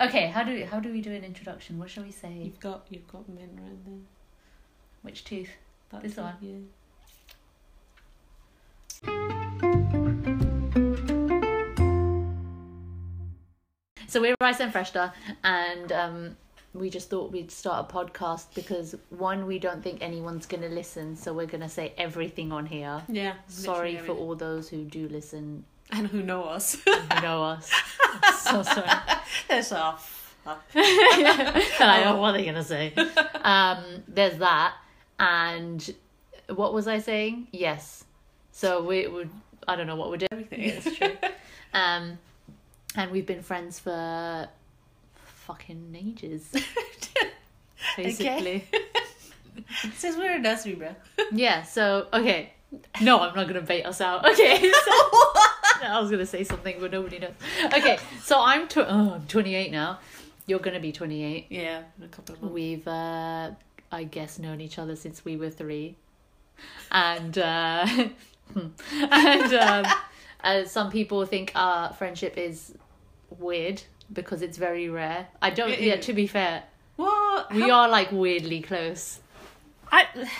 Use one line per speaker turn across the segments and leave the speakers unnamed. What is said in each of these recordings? Okay, how do how do we do an introduction? What shall we say?
You've got you've got men right there.
Which tooth?
That's
This
it,
one.
Yeah.
So we're Rice and Freshda, and um, we just thought we'd start a podcast because one, we don't think anyone's going to listen, so we're going to say everything on here.
Yeah.
Sorry
literally
for
everything.
all those who do listen
And who know us?
and who know us. so sorry.
That's off.
and I know what they're gonna say. Um, there's that, and what was I saying? Yes. So we would. I don't know what we're doing.
Everything.
It's true. Um, and we've been friends for fucking ages. Basically.
Since we're a nursery, bro.
Yeah. So okay. No, I'm not gonna bait us out. Okay. So I was gonna say something, but nobody knows. Okay. So I'm tw- oh, I'm 28 now. You're gonna be 28.
Yeah, in a couple of months.
We've, uh, I guess, known each other since we were three, and uh, and um, uh, some people think our friendship is weird because it's very rare. I don't.
It
yeah,
is.
to be fair,
What?
we
How-
are like weirdly close.
I...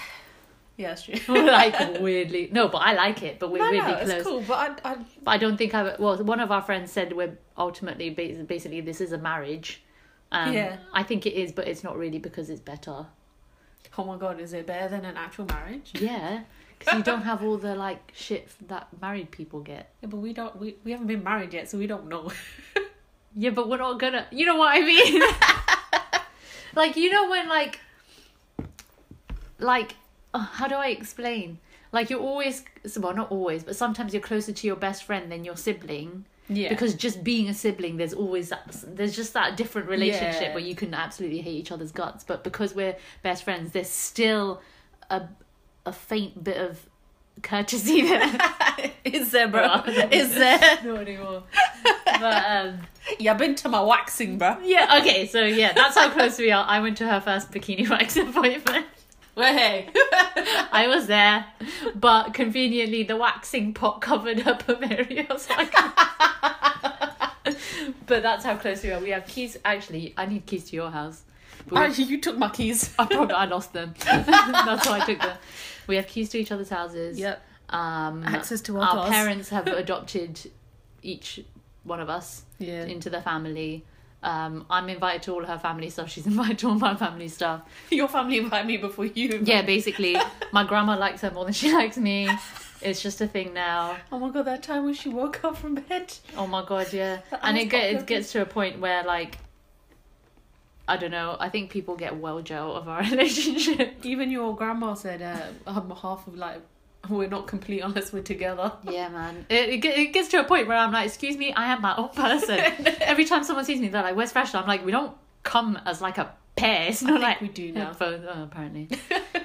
Yeah, it's true.
We're like weirdly no, but I like it. But we're
no,
weirdly
no,
close.
it's cool, but I, I
But I don't think I. Well, one of our friends said we're ultimately bas- basically this is a marriage. Um,
Yeah.
I think it is, but it's not really because it's better.
Oh my god, is it better than an actual marriage?
Yeah, because you don't have all the like shit that married people get.
Yeah, but we don't. We, we haven't been married yet, so we don't know.
Yeah, but we're not gonna. You know what I mean? like you know when like, like oh, how do I explain? Like you're always well, not always, but sometimes you're closer to your best friend than your sibling
Yeah.
because just being a sibling, there's always that, there's just that different relationship
Yeah.
where you can absolutely hate each other's guts, but because we're best friends, there's still a a faint bit of courtesy there.
it's there, bro.
Well,
It's there.
not anymore. but um,
You've been to my waxing, bro.
yeah, okay, so yeah, that's how close we are. I went to her first bikini wax appointment.
Well, hey.
I was there, but conveniently the waxing pot covered her pomerios. So I couldn't- but that's how close we are. We have keys. Actually, I need keys to your house. But we-
Actually, you took my keys.
I probably I lost them. that's why I took them. We have keys to each other's houses. Um,
Access to our,
our
cars.
parents have adopted each one of us.
Yeah.
into the family. Um, I'm invited to all her family stuff. She's invited to all my family stuff.
Your family invited me before you. invited-
Yeah, basically, my grandma likes her more than she likes me. It's just a thing now.
Oh my god, that time when she woke up from bed.
Oh my god, yeah.
That
And it
almost
get,
got
it gets to a point where like, I don't know. I think people get well out of our relationship.
Even your grandma said, uh, um, half of like, we're not complete unless we're together.
Yeah, man. It, it, get- it gets to a point where I'm like, excuse me, I am my own person. Every time someone sees me, they're like, "Where's Fresh?" I'm like, we don't come as like a pair. It's
I
not
think
like
we do now.
headphones oh, apparently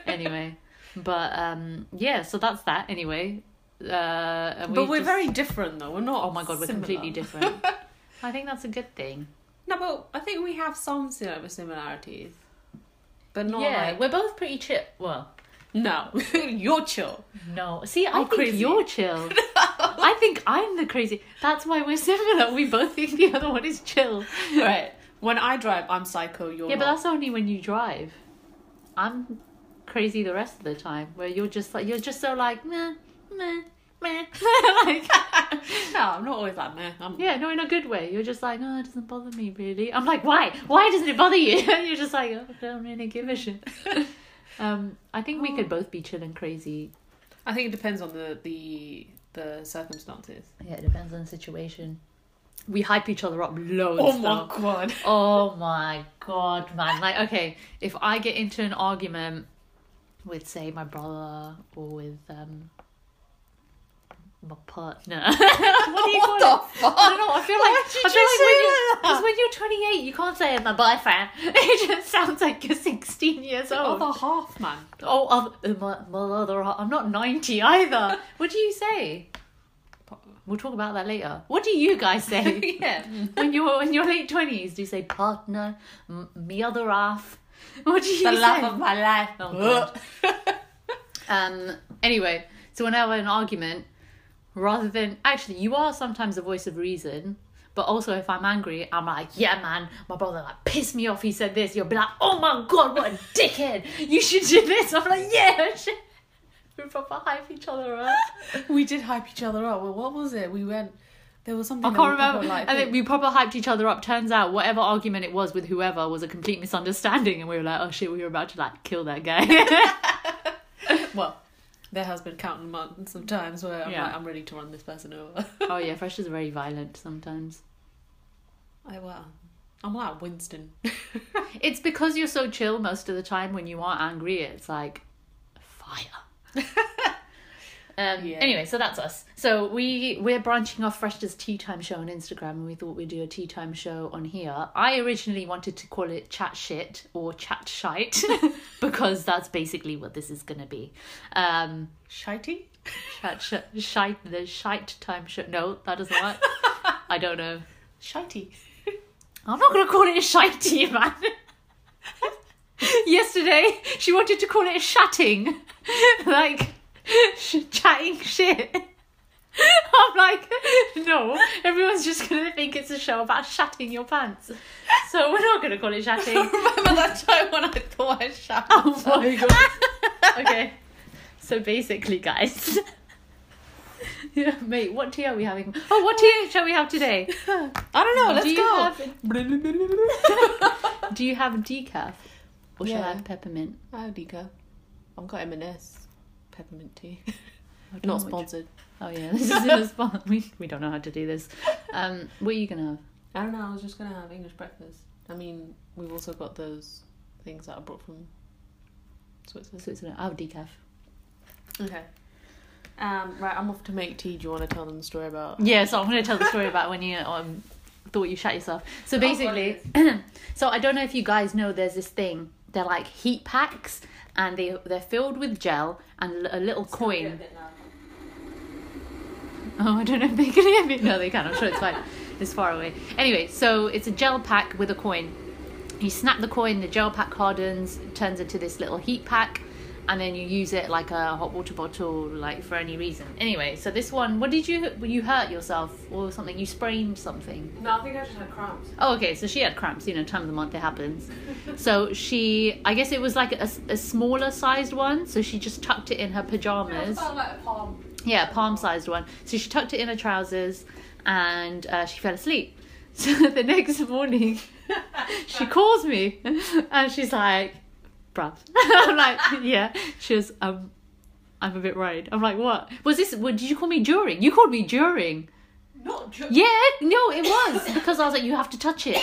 anyway but um yeah so that's that anyway uh and we
but we're
just-
very different though. We're not.
oh my god we're
similar.
completely different i think that's a good thing
No, but I think we have some sim- similarities, but not
yeah
like
we're both pretty chill well
no. You're chill.
no see i
I'm
think
crazy.
you're chill i think i'm the crazy that's why we're similar we both think the other one is chill
right. When I drive, I'm psycho. You're
yeah but
not.
that's only when you drive i'm crazy the rest of the time where you're just like you're just so like meh meh meh like
no, I'm not always like meh. I'm,
Yeah, no, in a good way. You're just like, oh, it doesn't bother me really. I'm like, why? Why doesn't it bother you? You're just like, oh, I don't really give a shit. um, I think we could both be chill and crazy.
I think it depends on the the the circumstances.
Yeah, it depends on the situation. We hype each other up loads.
Oh
though.
my god.
Oh my god, man. Like, okay, if I get into an argument with, say, my brother or with um my partner. what do you
What
call it?
the fuck?
I don't know. I feel like,
did
I
you
feel like
say
when, you,
that?
'cause when you're 28, you can't say my boyfriend. It just sounds like you're 16 years old.
Other half man.
Oh, other, my, my other, I'm not 90 either. What do you say? We'll talk about that later. What do you guys say?
yeah.
when you're in your late twenties, do you say partner, m- me other half? What do you
The
say?
love of my life.
Oh, God. um. Anyway, so when I have an argument, rather than actually, you are sometimes a voice of reason, But also, if I'm angry, I'm like, yeah, man, my brother like pissed me off. He said this. You'll be like, oh my god, what a dickhead! You should do this. I'm like, yeah. shit." We proper hype each other up.
We did hype each other up. Well, what was it? We went. There was something.
I
that
can't
we proper,
remember.
like,
I think we proper hyped each other up. Turns out, whatever argument it was with whoever was a complete misunderstanding, and we were like, "Oh shit, we were about to like kill that guy."
well, there has been countless months of times where I'm
Yeah.
like, I'm ready to run this person over.
oh yeah, freshers are very violent sometimes.
I well, I'm like Winston.
It's because you're so chill most of the time. When you are angry, it's like fire. um.
Yeah.
Anyway, so that's us. So we we're branching off freshers tea time show on Instagram, and we thought we'd do a tea time show on here. I originally wanted to call it chat shit or chat shite because that's basically what this is gonna be. Um.
Shitey?
Chat sh- shite the shite time show. No, that doesn't work. I don't know.
Shitey.
I'm not gonna call it a shitey, man. Yesterday she wanted to call it a shatting, like sh- chatting shit. I'm like, no, everyone's just gonna think it's a show about shatting your pants. So we're not gonna call it shatting.
Remember that time when I thought I shot?
Oh my
god.
okay. So basically, guys. Yeah, mate, what tea are we having? Oh, what tea shall we have today?
I don't know. Let's
Do you
go.
Do you have decaf? Or shall I
Yeah.
have peppermint?
How do you go? I've got M&S peppermint tea.
I don't know
Not
which-
sponsored.
Oh yeah, this is in a spot. We we don't know how to do this. Um, what are you gonna have?
I don't know. I was just gonna have English breakfast. I mean, we've also got those things that I brought from Switzerland.
So it's gonna, I'll have decaf.
Okay. Um, right, I'm off to make tea. Do you want to tell them the story about?
Yeah, so I'm gonna tell the story about when you um thought you shot yourself. So basically,
Oh,
So I don't know if you guys know, there's this thing. They're like heat packs, and they they're filled with gel and l- a little coin. Oh, I don't know if they can hear me. No, they can. I'm sure it's fine. It's far away. Anyway, so it's a gel pack with a coin. You snap the coin, the gel pack hardens, turns into this little heat pack, and then you use it like a hot water bottle, like for any reason. Anyway, so this one, what did you? You hurt yourself or something? You sprained something.
No, I think I just had cramps.
Oh, okay. So she had cramps. You know, time of the month it happens. so she, I guess it was like a, s- a smaller sized one. So she just tucked it in her
Oh,
pajamas.
like a palm.
Yeah, palm sized one. So she tucked it in her trousers, and uh, she fell asleep. So the next morning, she calls me, and she's like, "Bruv," I'm like, "Yeah." She was, um, "I'm a bit worried." I'm like, "What was this? What, did you call me during? You called me during."
Not just.
Yeah, no, it was because I was like, "You have to touch it."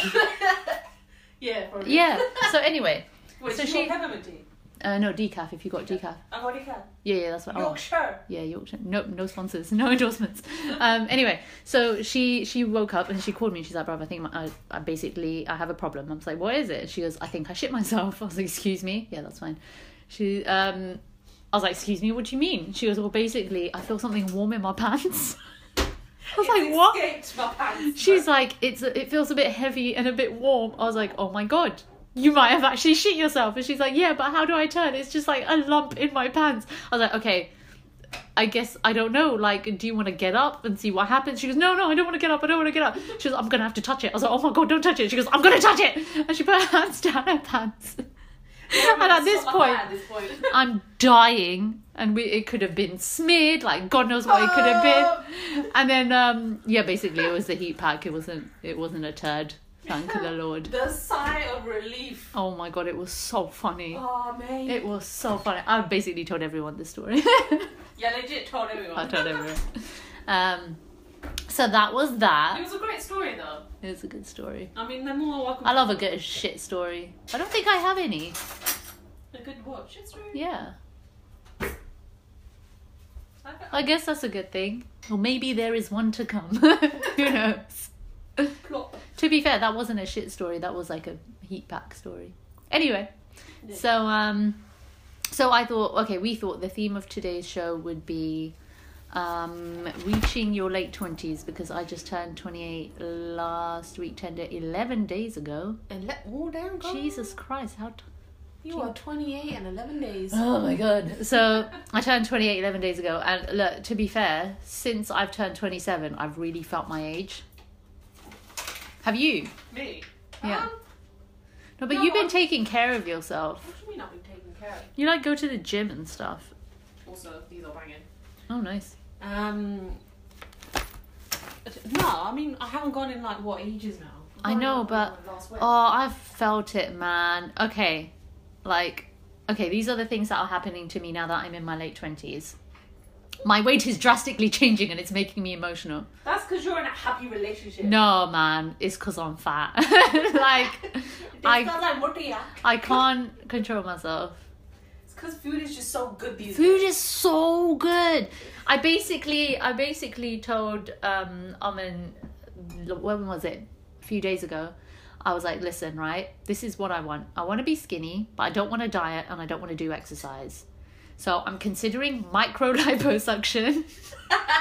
Yeah. Probably.
Yeah. So anyway,
Wait,
So
so she
she-
peppermint tea.
uh, no decaf if you got decaf.
And what do you get?
Yeah, yeah, that's what. Oh,
Yorkshire.
yeah, Yorkshire. No, no sponsors, no endorsements. Um, anyway, so she she woke up and she called me. and She's like, "Bruv, I think my, I, I basically I have a problem." I'm just like, "What is it?" She goes, "I think I shit myself." I was like, "Excuse me." Yeah, that's fine. She um, I was like, "Excuse me, what do you mean?" She goes, "Well, basically, I feel something warm in my pants." I was like, "What?"
Escaped my pants.
She's like, it's it feels a bit heavy and a bit warm. I was like, oh my god, you might have actually shit yourself. And she's like, yeah, but how do I turn? It's just like a lump in my pants. I was like, okay, I guess I don't know. Like, do you want to get up and see what happens? She goes, no, no, I don't want to get up. I don't want to get up. She goes, I'm gonna have to touch it. I was like, oh my god, don't touch it. She goes, I'm gonna touch it. And she put her hands down her pants. and at this point,
At this point.
I'm dying, and we it could have been smeared, like God knows what it could have
Oh,
been. And then, um, yeah, basically, it was the heat pack. It wasn't. It wasn't a turd. Thank the Lord.
The sigh of relief.
Oh my God, it was so funny.
Oh, mate.
It was so funny. I basically told everyone the story.
yeah, legit told everyone.
I told everyone. Um, so that was
It
that.
was a great story, though.
It was a good story.
I mean, they're more welcome.
I love a good shit story. I don't think I have any.
a good watch. It's really.
Yeah,
I bet
I guess that's a good thing. Or maybe there is one to come. Who knows?
I plot.
To be fair, that wasn't a shit story. That was like a heat pack story. Anyway,
Yeah.
so um, so I thought, okay, we thought the theme of today's show would be um reaching your late twenties because I just turned twenty eight last week, tender eleven days ago.
And let all down. Go.
Jesus Christ, how. T-
You are 28 and 11 days.
Oh my god. So I turned 28 11 days ago, and look, to be fair, since I've turned 27, I've really felt my age. Have you?
Me?
Yeah.
Um,
No, but
No,
you've been
I've-
taking care of yourself.
what do you mean I've been taken care of?
You like go to the gym and stuff.
Also, these are banging.
Oh, nice.
Um. No, I mean I haven't gone in like what ages now.
I know, but-
Last week.
Oh, I've felt it, man. Okay, like, okay, these are the things that are happening to me now that I'm in my late twenties. My weight is drastically changing, and it's making me emotional.
That's because you're in a happy relationship.
No, man, it's because I'm fat. like, I-
I feel like what do you?
I can't control myself.
It's because food is just so good these
Food
days.
is so good. I basically, I basically told um Amin, when was it? A few days ago. I was like, listen, right? This is what I want. I want to be skinny, but I don't want to diet and I don't want to do exercise. So I'm considering micro liposuction.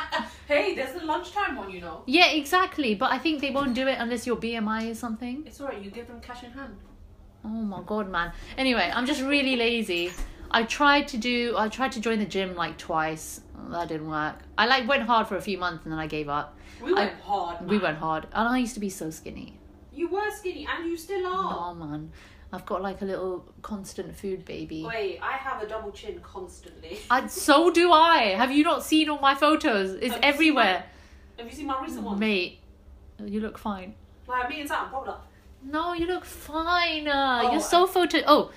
hey, there's a lunchtime one, you know.
yeah, exactly. But I think they won't do it unless your BMI is something.
It's alright. You give them cash in hand.
Oh my god, man. Anyway, I'm just really lazy. I tried to do I tried to join the gym like twice. That didn't work. I like went hard for a few months and then I gave up.
We
I-
went hard. Man.
We went hard. And I used to be so skinny.
You were skinny and you still are.
Oh man. I've got like a little constant food baby.
Wait, I have a double chin constantly.
I, so do I. Have you not seen all my photos?
Have
It's
you seen
everywhere.
Have you seen my recent one?
Mate, you look fine.
Like me and Sam, probably.
No, you look fine. Uh,
Oh,
You're so photo. Oh,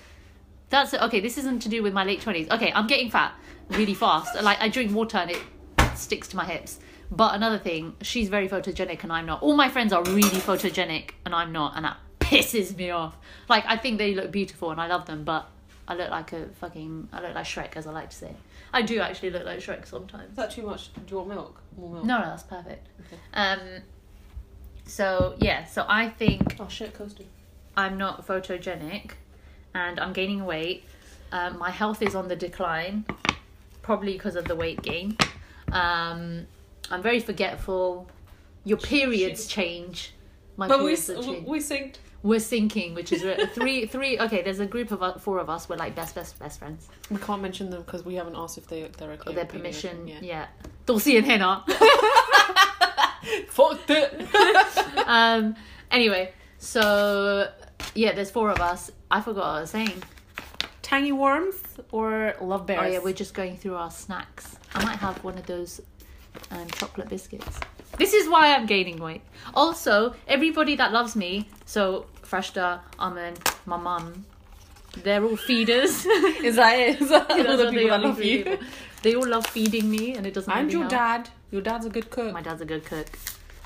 that's okay. This isn't to do with my late twenties. Okay, I'm getting fat really fast. like I drink water and it sticks to my hips. But another thing, she's very photogenic and I'm not. All my friends are really photogenic and I'm not, and that pisses me off. Like I think they look beautiful and I love them, but I look like a fucking I look like Shrek, as I like to say. I do actually look like Shrek sometimes.
Is that too much? Do you want milk? More milk?
No, no, that's perfect.
Oh. Okay.
Um, so yeah, so I think
Oh shit, coaster.
I'm not photogenic and I'm gaining weight. Um, my health is on the decline, probably because of the weight gain. Um, I'm very forgetful. Your periods change. My
But we
periods
s-
are
we
changing.
we synced.
We're sinking, which is re- three, three. Okay, there's a group of us, four of us. We're like best, best, best friends.
We can't mention them because we haven't asked if they they're okay.
Got their
with being
permission.
open,
Yeah. Dulcie and Hannah.
Fuck that.
um. Anyway, so yeah, there's four of us. I forgot what I was saying.
Tangy worms or love bears?
Oh yeah, we're just going through our snacks. I might have one of those um, chocolate biscuits. This is why I'm gaining weight. Also, everybody that loves me, so Freshda, Amen, my mum, they're all feeders.
is that it? Is that
Those
all
are
the people that
only
love
three
you?
people. They all love feeding me, and it doesn't.
And
really
your
help.
dad. Your dad's a good cook.
My dad's a good cook,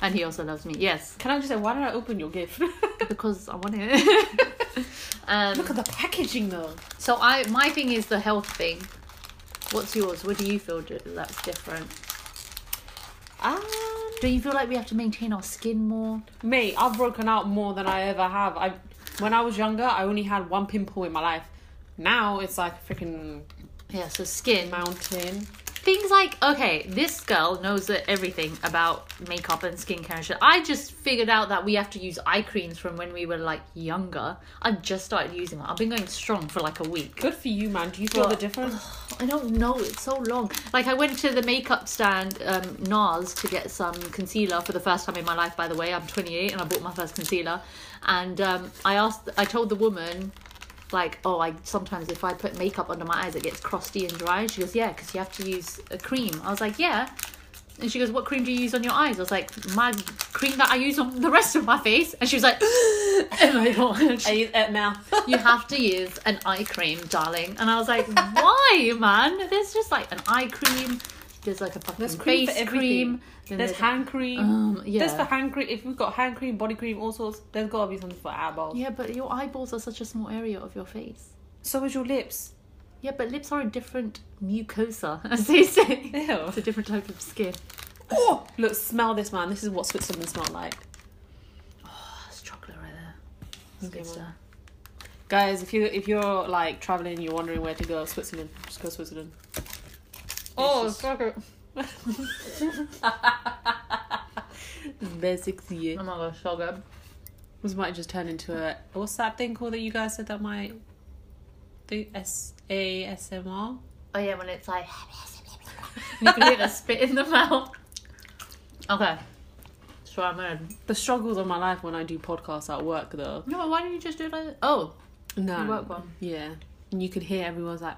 and he also loves me. Yes,
Can I just say why did I open your gift?
because I want it.
Look
um,
at the packaging though.
so I, my thing is the health thing. What's yours? What do you feel d- that's different?
Um,
Do you feel like we have to maintain our skin more?
mate, I've broken out more than I ever have. I when I was younger, I only had one pimple in my life. Now it's like a freaking
Yeah, so skin.
mountain.
Things like, okay, this girl knows that everything about makeup and skincare and shit. I just figured out that we have to use eye creams from when we were like younger. I've just started using them. I've been going strong for like a week.
Good for you, man. Do you feel the
What?
difference?
I don't know, it's so long. Like, I went to the makeup stand, um, NARS, to get some concealer for the first time in my life, by the way. I'm 28 and I bought my first concealer. And um, I asked, I told the woman, like, oh, I sometimes if I put makeup under my eyes, it gets crusty and dry. And she goes, yeah, because you have to use a cream. I was like, yeah. And she goes, what cream do you use on your eyes? I was like, my cream that I use on the rest of my face. And she was like, oh my god
use it now.
you have to use an eye cream, darling. And I was like, why, man? There's just like an eye cream. There's like a fucking
There's cream for
face
everything.
cream. Then
There's hand cream.
um, yeah.
There's for hand cream. If we've got hand cream, body cream, all sorts, there's gotta be something for eyeballs.
yeah, but your eyeballs are such a small area of your face.
So is your lips.
Yeah, but lips are a different mucosa, as they say.
Ew.
It's a different type of skin.
Oh, look, smell this, man. This is what Switzerland smelled like.
Oh, it's chocolate right there. It's
Okay,
good
well.
stuff.
Guys, if you if you're like traveling, you're wondering where to go, Switzerland. Just go Switzerland. Oh,
It's just-
Basics, yeah.
Oh my gosh, so good.
This might just turn into a what's that thing called that you guys said that might the S A S M R.
Oh yeah, when it's like you can hear the spit in the mouth. Okay. So I'm gonna.
The struggles of my life when I do podcasts at work, though.
No, why don't you just do it like that? Oh,
No.
you work one.
Yeah. And you could hear everyone's like,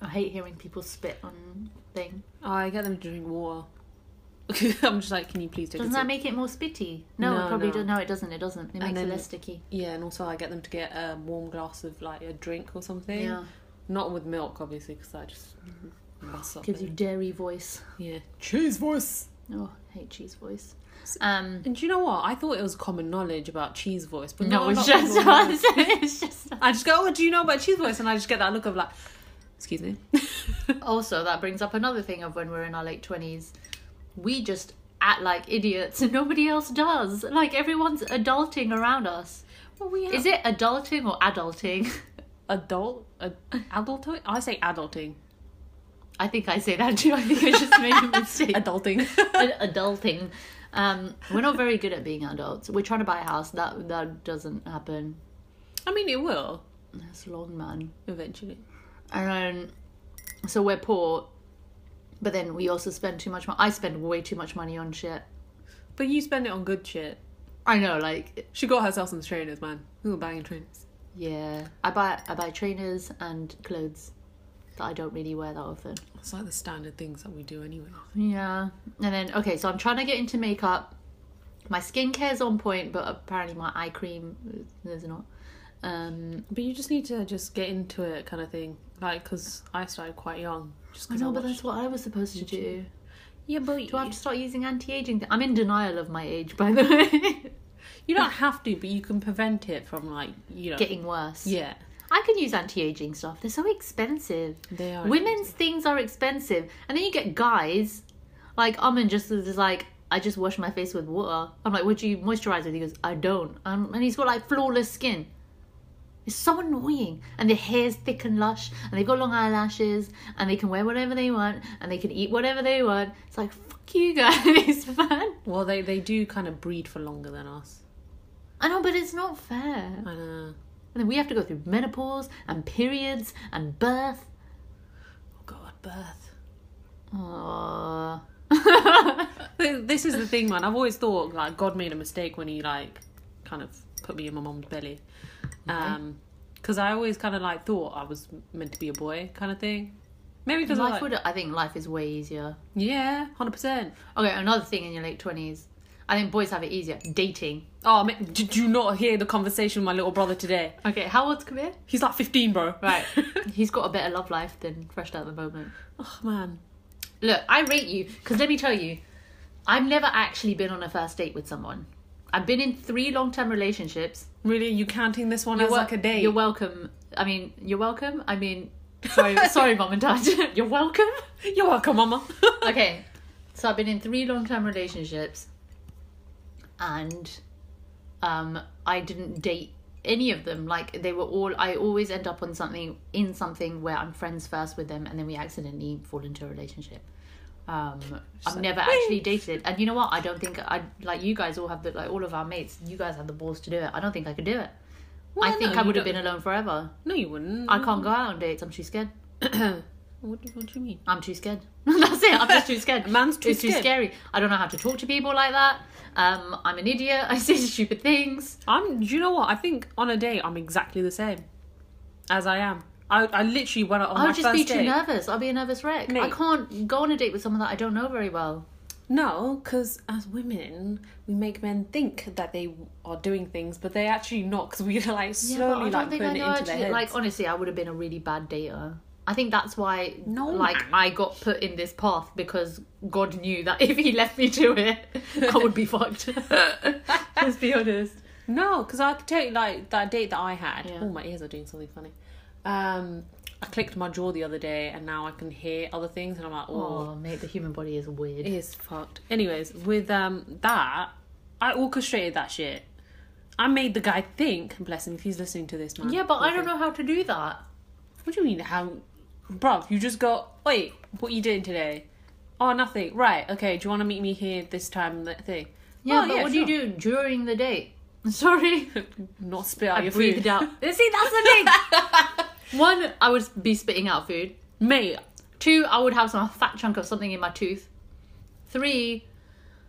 I hate hearing people spit on thing.
oh, I get them to drink water. I'm just like, can you please take
Doesn't
a sip?
that make it more spitty? No,
No,
it probably
no.
does. No, it doesn't. It doesn't. It makes
then-
it less sticky.
yeah, and also I get them to get a warm glass of like a drink or something.
Yeah,
Not with milk, obviously, because that just mess up.
gives
the-
you dairy voice.
yeah. Cheese voice!
Oh, I hate cheese voice. Um,
And do you know what? I thought it was common knowledge about cheese voice, but
no,
not a
it's
lot of
just
people know.
us. it's just.
I just go, oh, do you know about cheese voice? And I just get that look of like, excuse me.
Also, that brings up another thing of when we're in our late twenties, we just act like idiots, and nobody else does. Like everyone's adulting around us.
well, we
Is it adulting or adulting?
adult? Ad- adulting? I say adulting.
I think I say that too. I think I just made a mistake.
Adulting.
Ad- adulting. Um, we're not very good at being adults. We're trying to buy a house. That that doesn't happen.
I mean, it will
That's long, man.
eventually.
And um, so we're poor, but then we also spend too much money. I spend way too much money on shit.
But you spend it on good shit.
I know, like
She got herself some trainers, man. We were banging trainers.
yeah, I buy I buy trainers and clothes that I don't really wear that often.
It's like the standard things that we do anyway.
Yeah. And then okay, so I'm trying to get into makeup. My skincare's on point, but apparently my eye cream is not. Um,
But you just need to just get into it, kind of thing. Like, because I started quite young. Just
I
because I,
know, but
watched-
that's what I was supposed to do.
Yeah, but
Do I have to start using anti-aging? Th- I'm in denial of my age, by the way.
you don't have to, but you can prevent it from, like, you know.
Getting worse.
yeah.
I can use anti-aging stuff. They're so expensive.
They are.
Women's things are expensive, and then you get guys like Amin just is like, I just wash my face with water. I'm like, what do you moisturize with? He goes, I don't. Um, and he's got like flawless skin. It's so annoying, and their hair's thick and lush, and they've got long eyelashes, and they can wear whatever they want, and they can eat whatever they want. It's like, fuck you guys, man.
Well, they, they do kind of breed for longer than us.
I know, but it's not fair.
I know.
And then we have to go through menopause and periods and birth.
Oh, God, birth.
Aww.
Th- This is the thing, man. I've always thought, like, God made a mistake when he, like, kind of put me in my mom's belly. Um, because I always kind of, like, thought I was meant to be a boy, kind of thing. Maybe because
life
like,
would, I think life is way easier.
Yeah, 100%.
Okay, another thing in your late 20s. I think boys have it easier. Dating.
Oh, ma- did you not hear the conversation with my little brother today?
Okay, how old's Kabir?
He's like 15, bro.
Right. He's got a better love life than Fresh Out at the moment.
oh, man.
Look, I rate you, because let me tell you, I've never actually been on a first date with someone. I've been in three long term relationships.
Really? You counting this one as
wel-
like a date?
You're welcome. I mean, you're welcome. I mean, sorry, sorry, mom and dad. you're welcome.
You're welcome, mama.
okay, so I've been in three long term relationships, and um, I didn't date any of them. Like they were all, I always end up on something in something where I'm friends first with them, and then we accidentally fall into a relationship. Um, I've never actually dated, and you know what? I don't think I like you guys all have the like all of our mates. You guys have the balls to do it. I don't think I could do it. I
Well,
think
no,
I
you
would have
don't-
been alone forever.
No, you wouldn't.
I can't go out on dates. I'm too scared.
What, do- what do you mean?
I'm too scared. That's it. I'm just too scared.
Man's too
it's too
scared.
scary. I don't know how to talk to people like that. Um, I'm an idiot. I say stupid things.
I'm. You know what? I think on a date I'm exactly the same as I am. I, I literally went out on my
I'll just
first
be too
date.
nervous. I'll be a nervous wreck. I
Mate.
can't go on a date with someone that I don't know very well.
no, because as women, we make men think that they are doing things, but they're actually not. Because we're like slowly
I don't
like
think
putting
I
it
know
into their
actually.
heads.
Like honestly, I would have been a really bad dater. I think that's why,
No,
like,
man.
I got put in this path because God knew that if He left me to it, I would be fucked. Let's be honest.
No, because I could tell you, like, that date that I had.
Yeah.
Oh, my ears are doing something funny. Um, I clicked my jaw the other day, and now I can hear other things, and I'm like, oh,
Oh, mate, the human body is weird.
it is fucked. Anyways, with um that, I orchestrated that shit. I made the guy think. Bless him if he's listening to this, man.
Yeah, but I
He'll
don't
think,
know how to do that.
What do you mean? How, bruv? You just go. Wait, what you doing today? Oh, nothing. Right. Okay. Do you want to meet me here this time? That thing.
Yeah,
Oh,
but what
sure.
do you do during the date? Sorry,
Not spit out
I
your
breathed
food.
out. See, that's the thing. One, I would be spitting out food.
Mate,
Two, I would have some fat chunk of something in my tooth. Three,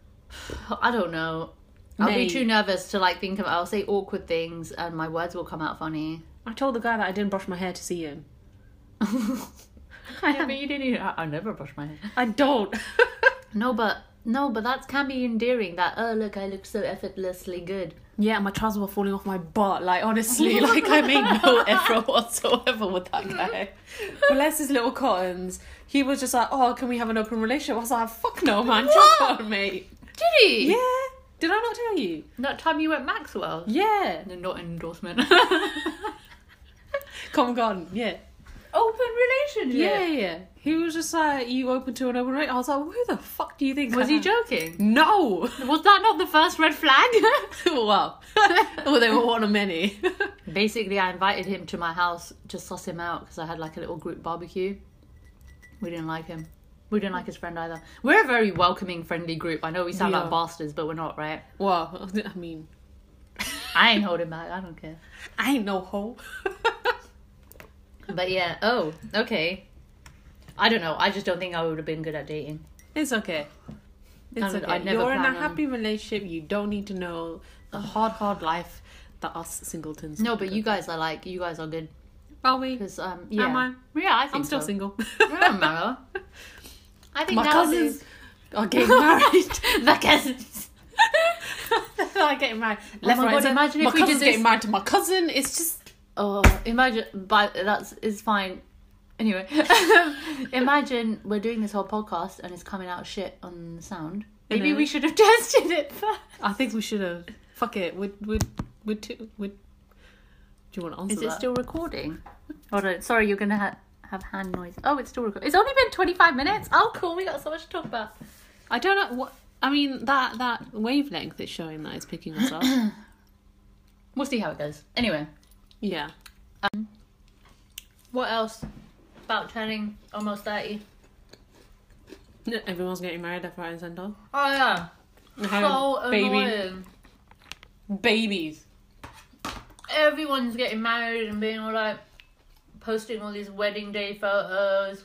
I don't know. I'll be
Mate.
too nervous to like think of. I'll say awkward things, and my words will come out funny.
I told the guy that I didn't brush my hair to see him.
yeah, but you didn't. Even, I, I never brush my hair.
I don't.
No, but no, but that can be endearing. That oh look, I look so effortlessly good.
yeah, my trousers were falling off my butt. Like honestly, like I made no effort whatsoever with that guy. Bless his little cottons. He was just like, "Oh, can we have an open relationship?" I was like, "Fuck no, man,
What?
drop on, mate."
Did he?
Yeah. Did I not tell you?
That time you went Maxwell.
Yeah.
No, Not an endorsement.
Common Garden. Yeah.
Open
Yeah, yeah.
relationship.
yeah. He was just like, "You open to an open rate?" I was like, "Who the fuck do you think?"
Was
I
he
am?"
joking?
No.
Was that not the first red flag?
well, well, they were one of many.
Basically, I invited him to my house to suss him out because I had like a little group barbecue. We didn't like him. We didn't like his friend either. We're a very welcoming, friendly group. I know we sound
We
like
are.
bastards, but we're not, right?
well, I mean,
I ain't holding back. I don't care.
I ain't no hoe.
But yeah. Oh, okay. I don't know. I just don't think I would have been good at dating.
it's okay. It's
I- I
okay.
never
You're in
plan
a
on-
happy relationship. You don't need to know the hard, hard life that us singletons.
No, but you guys are like you guys are good
are we?
because um yeah.
Am I?
Yeah, I think
I'm still
so.
single.
It don't matter. I think
My
nowadays-
cousins are getting married.
my cousins.
They're getting married.
Oh
Left,
my
right,
God,
center.
imagine if
my
we did
cousin's
this-
getting married to my cousin. It's just
Oh, imagine, but that's it's fine. Anyway, imagine we're doing this whole podcast and it's coming out shit on the sound.
I
Maybe
know.
we should have tested it first.
I think we should have. Fuck it. We'd we'd we'd too, we'd. Do you want to answer
Is it
that?
still recording? Hold on. Sorry, you're gonna ha- have hand noise. Oh, it's still recording. It's only been 25 minutes. Oh, cool. We got so much to talk about.
I don't know what. I mean that that wavelength is showing that it's picking us up.
We'll see how it goes. Anyway, um,
yeah.
what else about turning almost 30?
Everyone's getting married left, right, and centre.
Oh yeah,
And having
so
baby,
annoying.
babies.
everyone's getting married and being all like posting all these wedding day photos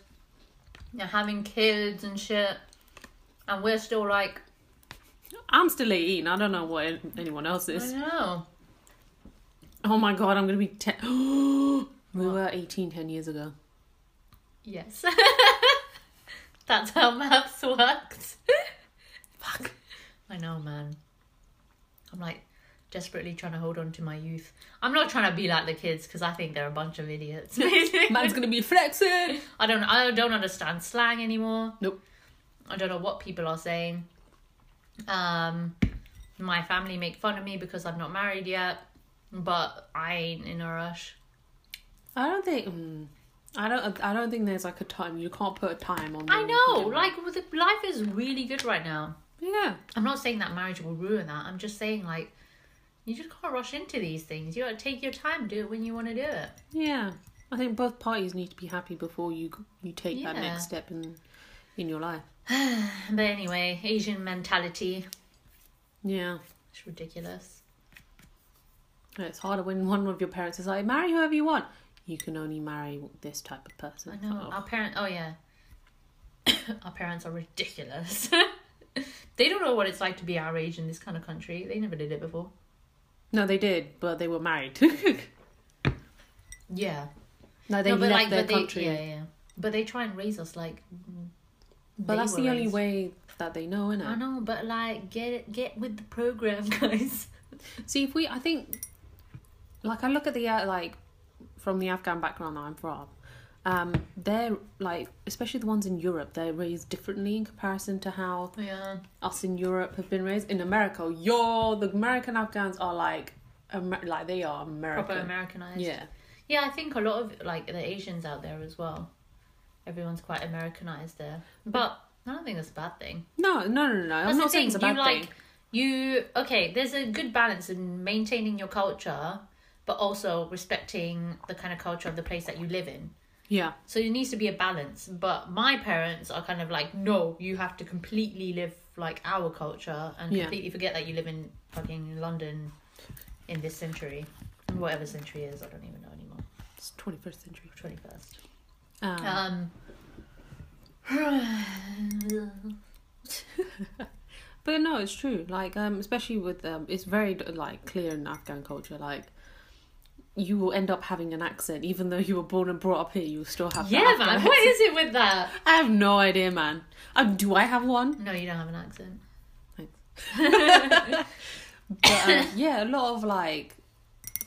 and having kids and shit and we're still like
I'm still 18. I don't know what an- anyone else
i
is.
know
Oh my god, I'm gonna be 10. we were 18 10 years ago.
yes that's how maths works fuck i know man i'm like desperately trying to hold on to my youth i'm not trying to be like the kids because i think they're a bunch of idiots
Man's gonna be flexing.
I don't I don't understand slang anymore.
Nope.
I don't know what people are saying. Um my family make fun of me because I'm not married yet, but I ain't in a rush.
I don't think. mm, I don't. I don't think there's like a time. You can't put a time on.
I
the-
know, like with the, life is really good right now.
Yeah.
I'm not saying that marriage will ruin that. I'm just saying like you just can't rush into these things. You gotta take your time, do it when you want to do it.
Yeah, I think both parties need to be happy before you you take
Yeah.
that next step in in your life.
But anyway, Asian mentality,
Yeah,
it's ridiculous.
it's harder when one of your parents is like, marry whoever you want. You can only marry this type of person.
I know.
Oh.
Our parent. Oh yeah. our parents are ridiculous. they don't know what it's like to be our age in this kind of country. They never did it before.
No, they did, but they were married.
Yeah.
no, they
no, but
left
like,
their
but they,
country.
Yeah, yeah. But they try and raise us like. mm,
But
they
that's
were
the only
raised. Mm-hmm.
way that they know, innit?
I know, but like, get it, get with the program, guys.
See, if we, I think, like, I look at the, uh, like, from the Afghan background that I'm from, um, they're, like, especially the ones in Europe, they're raised differently in comparison to how
Yeah.
us in Europe have been raised. In America, you're, the American Afghans are, like, Amer- like, they are American.
Proper Americanized.
Yeah.
Yeah, I think a lot of like the Asians out there as well. Everyone's quite Americanized there,
Mm.
but I don't think that's a bad thing.
No, no, no, no. no.
That's
I'm
the
not saying
thing.
it's a
you
bad
like
thing.
you okay. There's a good balance in maintaining your culture, but also respecting the kind of culture of the place that you live in.
Yeah.
So there needs to be a balance. But my parents are kind of like, no, you have to completely live like our culture and
Yeah.
completely forget that you live in fucking London in this century, whatever century is. I don't even know anymore.
It's 21st century.
Twenty first.
Um,
Um.
But no, it's true. Like, um, especially with um, it's very like clear in Afghan culture. Like, you will end up having an accent, even though you were born and brought up here. You will still have. that
Yeah,
Afghan
man.
accent.
What is it with that?
I have no idea, man. Um, do I have one?
No, you don't have an accent.
But um, yeah, a lot of like.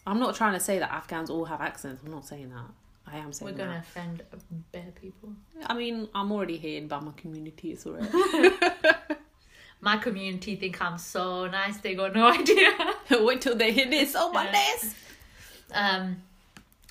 I'm not trying to say that Afghans all have accents. I'm not saying that. I am
We're
saying
gonna offend bare people.
that. I mean, I'm already here in Bama community. It's alright.
My community think I'm so nice. They got no idea.
Wait till they hear this. Oh my days.
Um,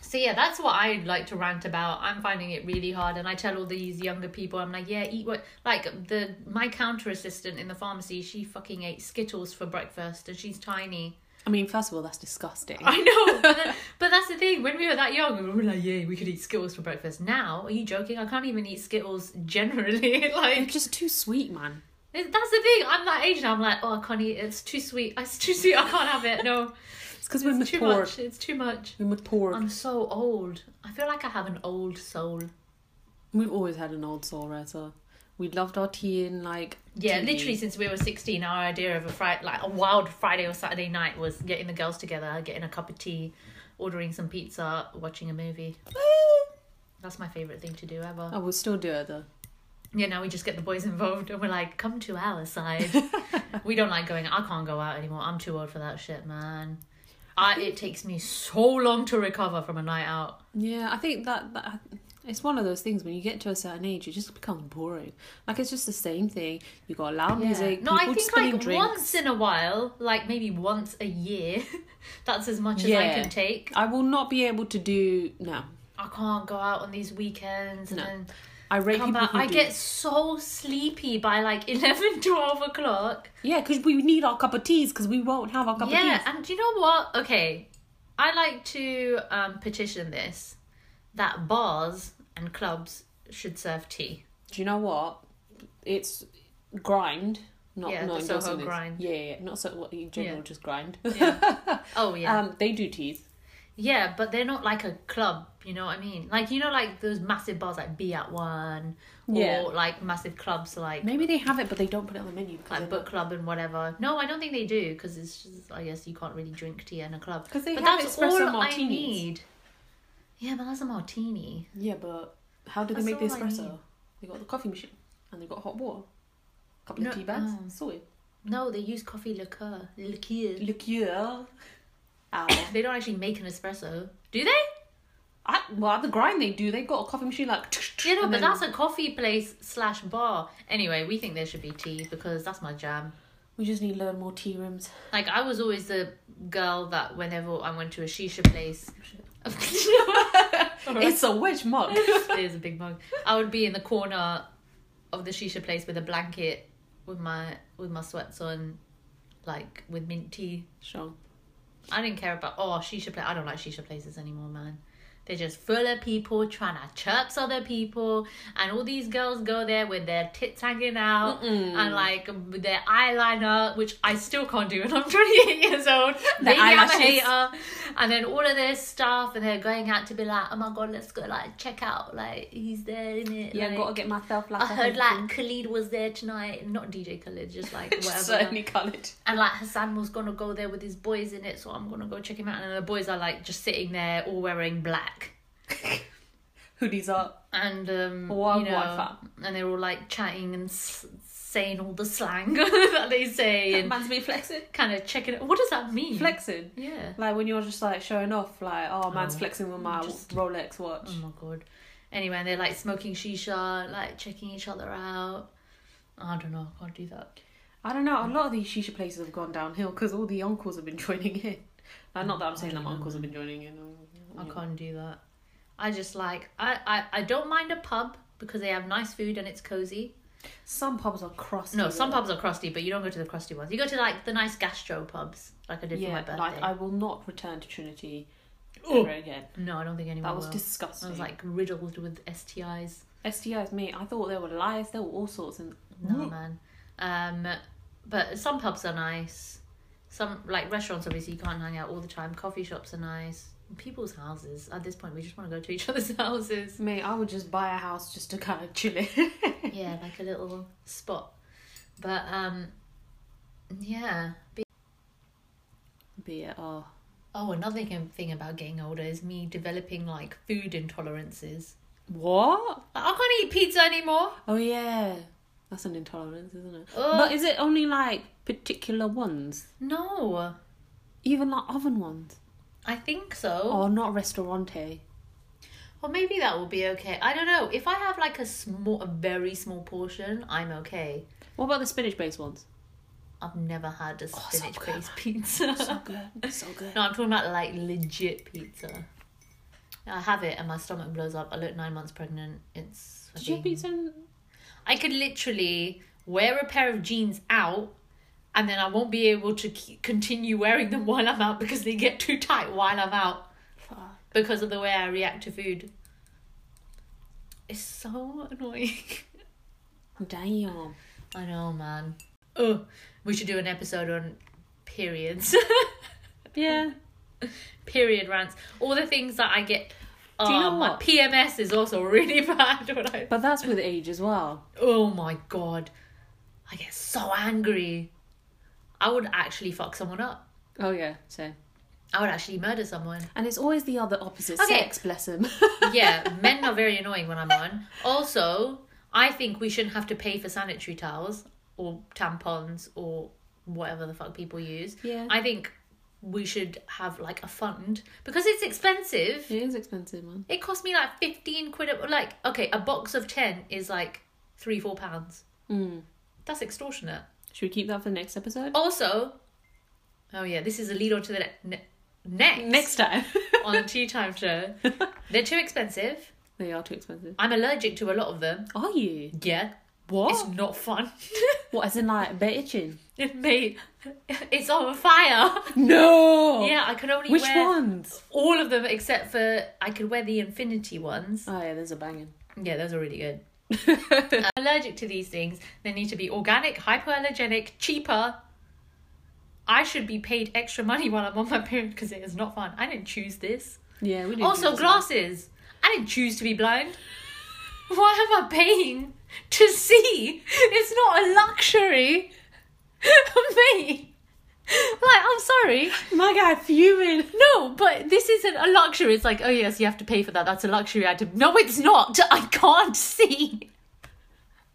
so yeah, that's what I like to rant about. I'm finding it really hard, and I tell all these younger people, I'm like, yeah, eat what. Like the my counter assistant in the pharmacy, she fucking ate Skittles for breakfast, and she's tiny.
I mean, first of all, that's disgusting.
I know, but, then, but that's the thing. When we were that young, we were like, yeah, we could eat Skittles for breakfast. Now, are you joking? I can't even eat Skittles generally. like,
It's just too sweet, man.
It- That's the thing. I'm that age now. I'm like, oh, I can't eat. it. It's too sweet. It's too sweet. I can't have it. No,
It's because we're
it's too
mature.
much. It's too much.
We're mature.
I'm so old. I feel like I have an old soul.
We've always had an old soul, Reza. We loved our tea in like
Yeah,
tea.
literally since we were 16, our idea of a Friday, like a wild Friday or Saturday night, was getting the girls together, getting a cup of tea, ordering some pizza, watching a movie. That's my favorite thing to do ever.
I would still do it though.
Yeah, now we just get the boys involved and we're like, come to our side. we don't like going I can't go out anymore. I'm too old for that shit, man. I, it takes me so long to recover from a night out.
Yeah, I think that, that it's one of those things when you get to a certain age, it just becomes boring. Like it's just the same thing. You got loud music.
No, I
people
think
spilling
like
drinks.
once in a while, like maybe once a year, that's as much as
Yeah.
I can take.
I will not be able to do no.
I can't go out on these weekends
No.
and
I rate
come
people.
back.
who
I
do.
get so sleepy by like 11, 12 o'clock.
yeah, because we need our cup of teas because we won't have our cup
yeah,
of teas.
and do you know what? Okay, I like to um, petition this that bars and clubs should serve tea.
Do you know what? It's grind. Not
Yeah,
not
the Soho
endorsing this.
grind.
Yeah, yeah, not so what in general,
Yeah.
just grind.
Oh yeah,
Um, they do teas.
yeah, but they're not like a club. You know what I mean? Like you know, like those massive bars like Be at One, or
Yeah.
like massive clubs like
Maybe they have it, but they don't put it on the menu because
like book club and whatever. No, I don't think they do because it's just I guess you can't really drink tea in a club.
'Cause they
but
have
that's
espresso
all I
martinis.
need. Yeah, but that's a martini.
Yeah, but how do they
That's
make
all
the
I
espresso?
need.
They got the coffee machine and they got hot water, couple
No,
of tea bags,
oh.
soy,
No, they use coffee liqueur. Liqueur.
liqueur. Ow.
They don't actually make an espresso, do they?
I, well, at the grind they do. They got a coffee machine like.
You know,
and
but
then-
that's a coffee place slash bar. Anyway, we think there should be tea because that's my jam.
We just need to learn more tea rooms.
Like I was always the girl that whenever I went to a shisha place,
It's a wedge mug.
it is a big mug. I would be in the corner of the shisha place with a blanket, with my with my sweats on, like with mint tea.
sure.
I didn't care about oh shisha place. I don't like shisha places anymore, man. They're just full of people trying to chirps other people, and all these girls go there with their tits hanging out and like with their eyeliner, which I still can't do, and I'm 28 years old. Maybe I'm
eyelashes.
a hater. And then all of this stuff, and they're going out to be like, oh my god, let's go like check out like he's there in it.
Yeah,
like,
gotta get myself like.
I heard like Khalid was there tonight, not DJ Khalid, just like whatever.
certainly coloured.
And like Hassan was gonna go there with his boys in it, so I'm gonna go check him out. And the boys are like just sitting there, all wearing black,
Hoodies up.
and um,
Wow,
you know,
wow, fam.
and they're all like chatting and s- saying all the slang that they say, and
Man's be flexing.
kind of checking. it. What does that mean?
Flexing.
Yeah.
Like when you're just like showing off, like oh man's
Oh.
flexing with my
Just-
Rolex watch.
Oh my god. Anyway, and they're like smoking shisha, like checking each other out. I don't know. I can't do that.
I don't know. A lot of these shisha places have gone downhill because all the uncles have been joining in. Like, not that I'm saying that my uncles have been joining in.
I can't do that. I just like I, I I don't mind a pub because they have nice food and it's cozy.
Some pubs are cross.
No, some pubs are crusty, but you don't go to the crusty ones. You go to like the nice gastro pubs, like I did for my
Yeah,
birthday.
like I will not return to Trinity
Oh.
ever again.
No, I don't think anyone
That was
will.
disgusting.
I was like riddled with STIs.
STIs, mate. I thought there were lies. There were all sorts. And
No man. Um, but some pubs are nice. Some like restaurants, obviously, you can't hang out all the time. Coffee shops are nice. People's houses. At this point, we just want to go to each other's houses.
mate, I would just buy a house just to kind of chill it.
yeah, like a little spot. But um, Yeah. Be-
Be it oh
oh, another thing thing about getting older is me developing like food intolerances.
what?
Like, I can't eat pizza anymore.
Oh yeah, that's an intolerance, isn't it?
Ugh.
But is it only like particular ones?
No,
Even like oven ones,
I think so.
or not restaurante?
Well, maybe that will be okay. I don't know. If I have like a small, a very small portion, I'm okay.
What about the spinach-based ones?
I've never had a
Oh, so
spinach based pizza.
good, so good.
No, I'm talking about like legit pizza. I have it and my stomach blows up. I look nine months pregnant. It's.
Did you have
fucking-
pizza? In...
I could literally wear a pair of jeans out, and then I won't be able to keep, continue wearing them while I'm out because they get too tight while I'm out
Fuck.
because of the way I react to food. It's so annoying.
Damn.
I know, man. Oh, we should do an episode on periods,
Yeah.
period rants, all the things that I get.
Do you know
Oh, my
what?
PMS is also really bad when I
But that's with age as well.
Oh my god. I get so angry. I would actually fuck someone up.
Oh yeah, so
I would actually murder someone.
and it's always the other opposite
Okay.
sex, bless him.
Yeah, men are very annoying when I'm on. Also, I think we shouldn't have to pay for sanitary towels or tampons or whatever the fuck people use.
Yeah.
I think we should have like a fund because it's expensive.
It is expensive, man.
It cost me like 15 quid. A, like, okay, a box of 10 is like three, four pounds.
Mm.
That's extortionate.
Should we keep that for the next episode?
Also, oh yeah, this is a lead on to the ne- ne- next
Next time.
on the tea time show. They're too expensive.
they are too expensive.
I'm allergic to a lot of them.
Are you?
Yeah,
What?
it's not fun.
What as in like bit itching?
Mate, it's on fire.
No.
Yeah, I could only
Which
wear
ones?
all of them except for I could wear the infinity ones.
Oh yeah, there's a banging.
Yeah, those are really good. I'm allergic to these things. They need to be organic, hypoallergenic, cheaper. I should be paid extra money while I'm on my period because it is not fun. I didn't choose this.
Yeah, we do.
Also,
do this
glasses. I didn't choose to be blind. Why am I paying to see? It's not a luxury. Me. Like, I'm sorry.
one. My guy fuming.
No, but this isn't a luxury. It's like, oh, yes, you have to pay for that. That's a luxury item. No, it's not. I can't see.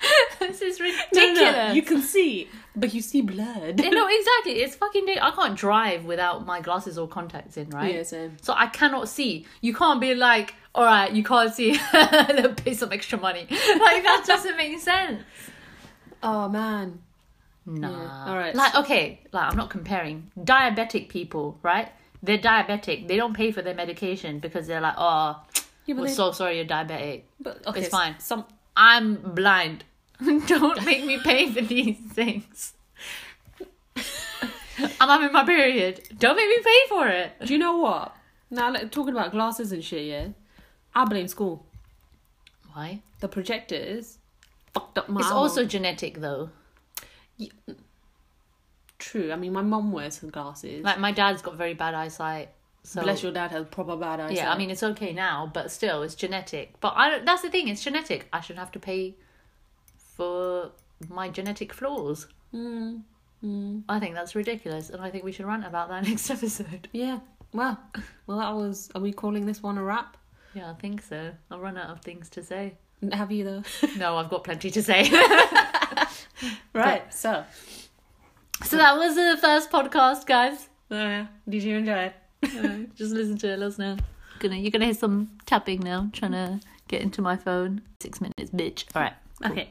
this is ridiculous.
No, no, no, you can see, but you see blood.
Yeah, no, exactly. It's fucking. Day- I can't drive without my glasses or contacts in, right?
Yeah, same.
So I cannot see. You can't be like, all right, you can't see. Then pay some extra money. Like that doesn't make sense.
Oh man.
Nah.
all right.
Like okay, like I'm not comparing diabetic people, right? They're diabetic. They don't pay for their medication because they're like, oh,
Yeah,
we're
they-
so sorry you're diabetic.
but okay,
it's fine.
Some
I'm blind. Don't make me pay for these things. I'm having my period. Don't make me pay for it.
Do you know what? Now, like, talking about glasses and shit, yeah. I blame school.
Why?
The projectors fucked up my.
It's
eye
also
hole.
genetic though.
true. I mean, my mum wears her glasses.
Like my dad's got very bad eyesight. So
Bless your dad has proper bad eyes.
yeah, I mean it's okay now, but still it's genetic. But I don't, that's the thing, it's genetic. I should have to pay for my genetic flaws.
Mm, mm,
I think that's ridiculous, and I think we should rant about that next episode.
yeah. Well, well, that was. Are we calling this one a wrap?
Yeah, I think so. I'll run out of things to say.
Have you though?
No, I've got plenty to say.
right. So.
so that was the first podcast, guys.
yeah. Did you enjoy it?
Just listen to it. Let us know. Gonna, you're gonna hear some tapping now. Trying to get into my phone. Six minutes, bitch. All right.
Okay.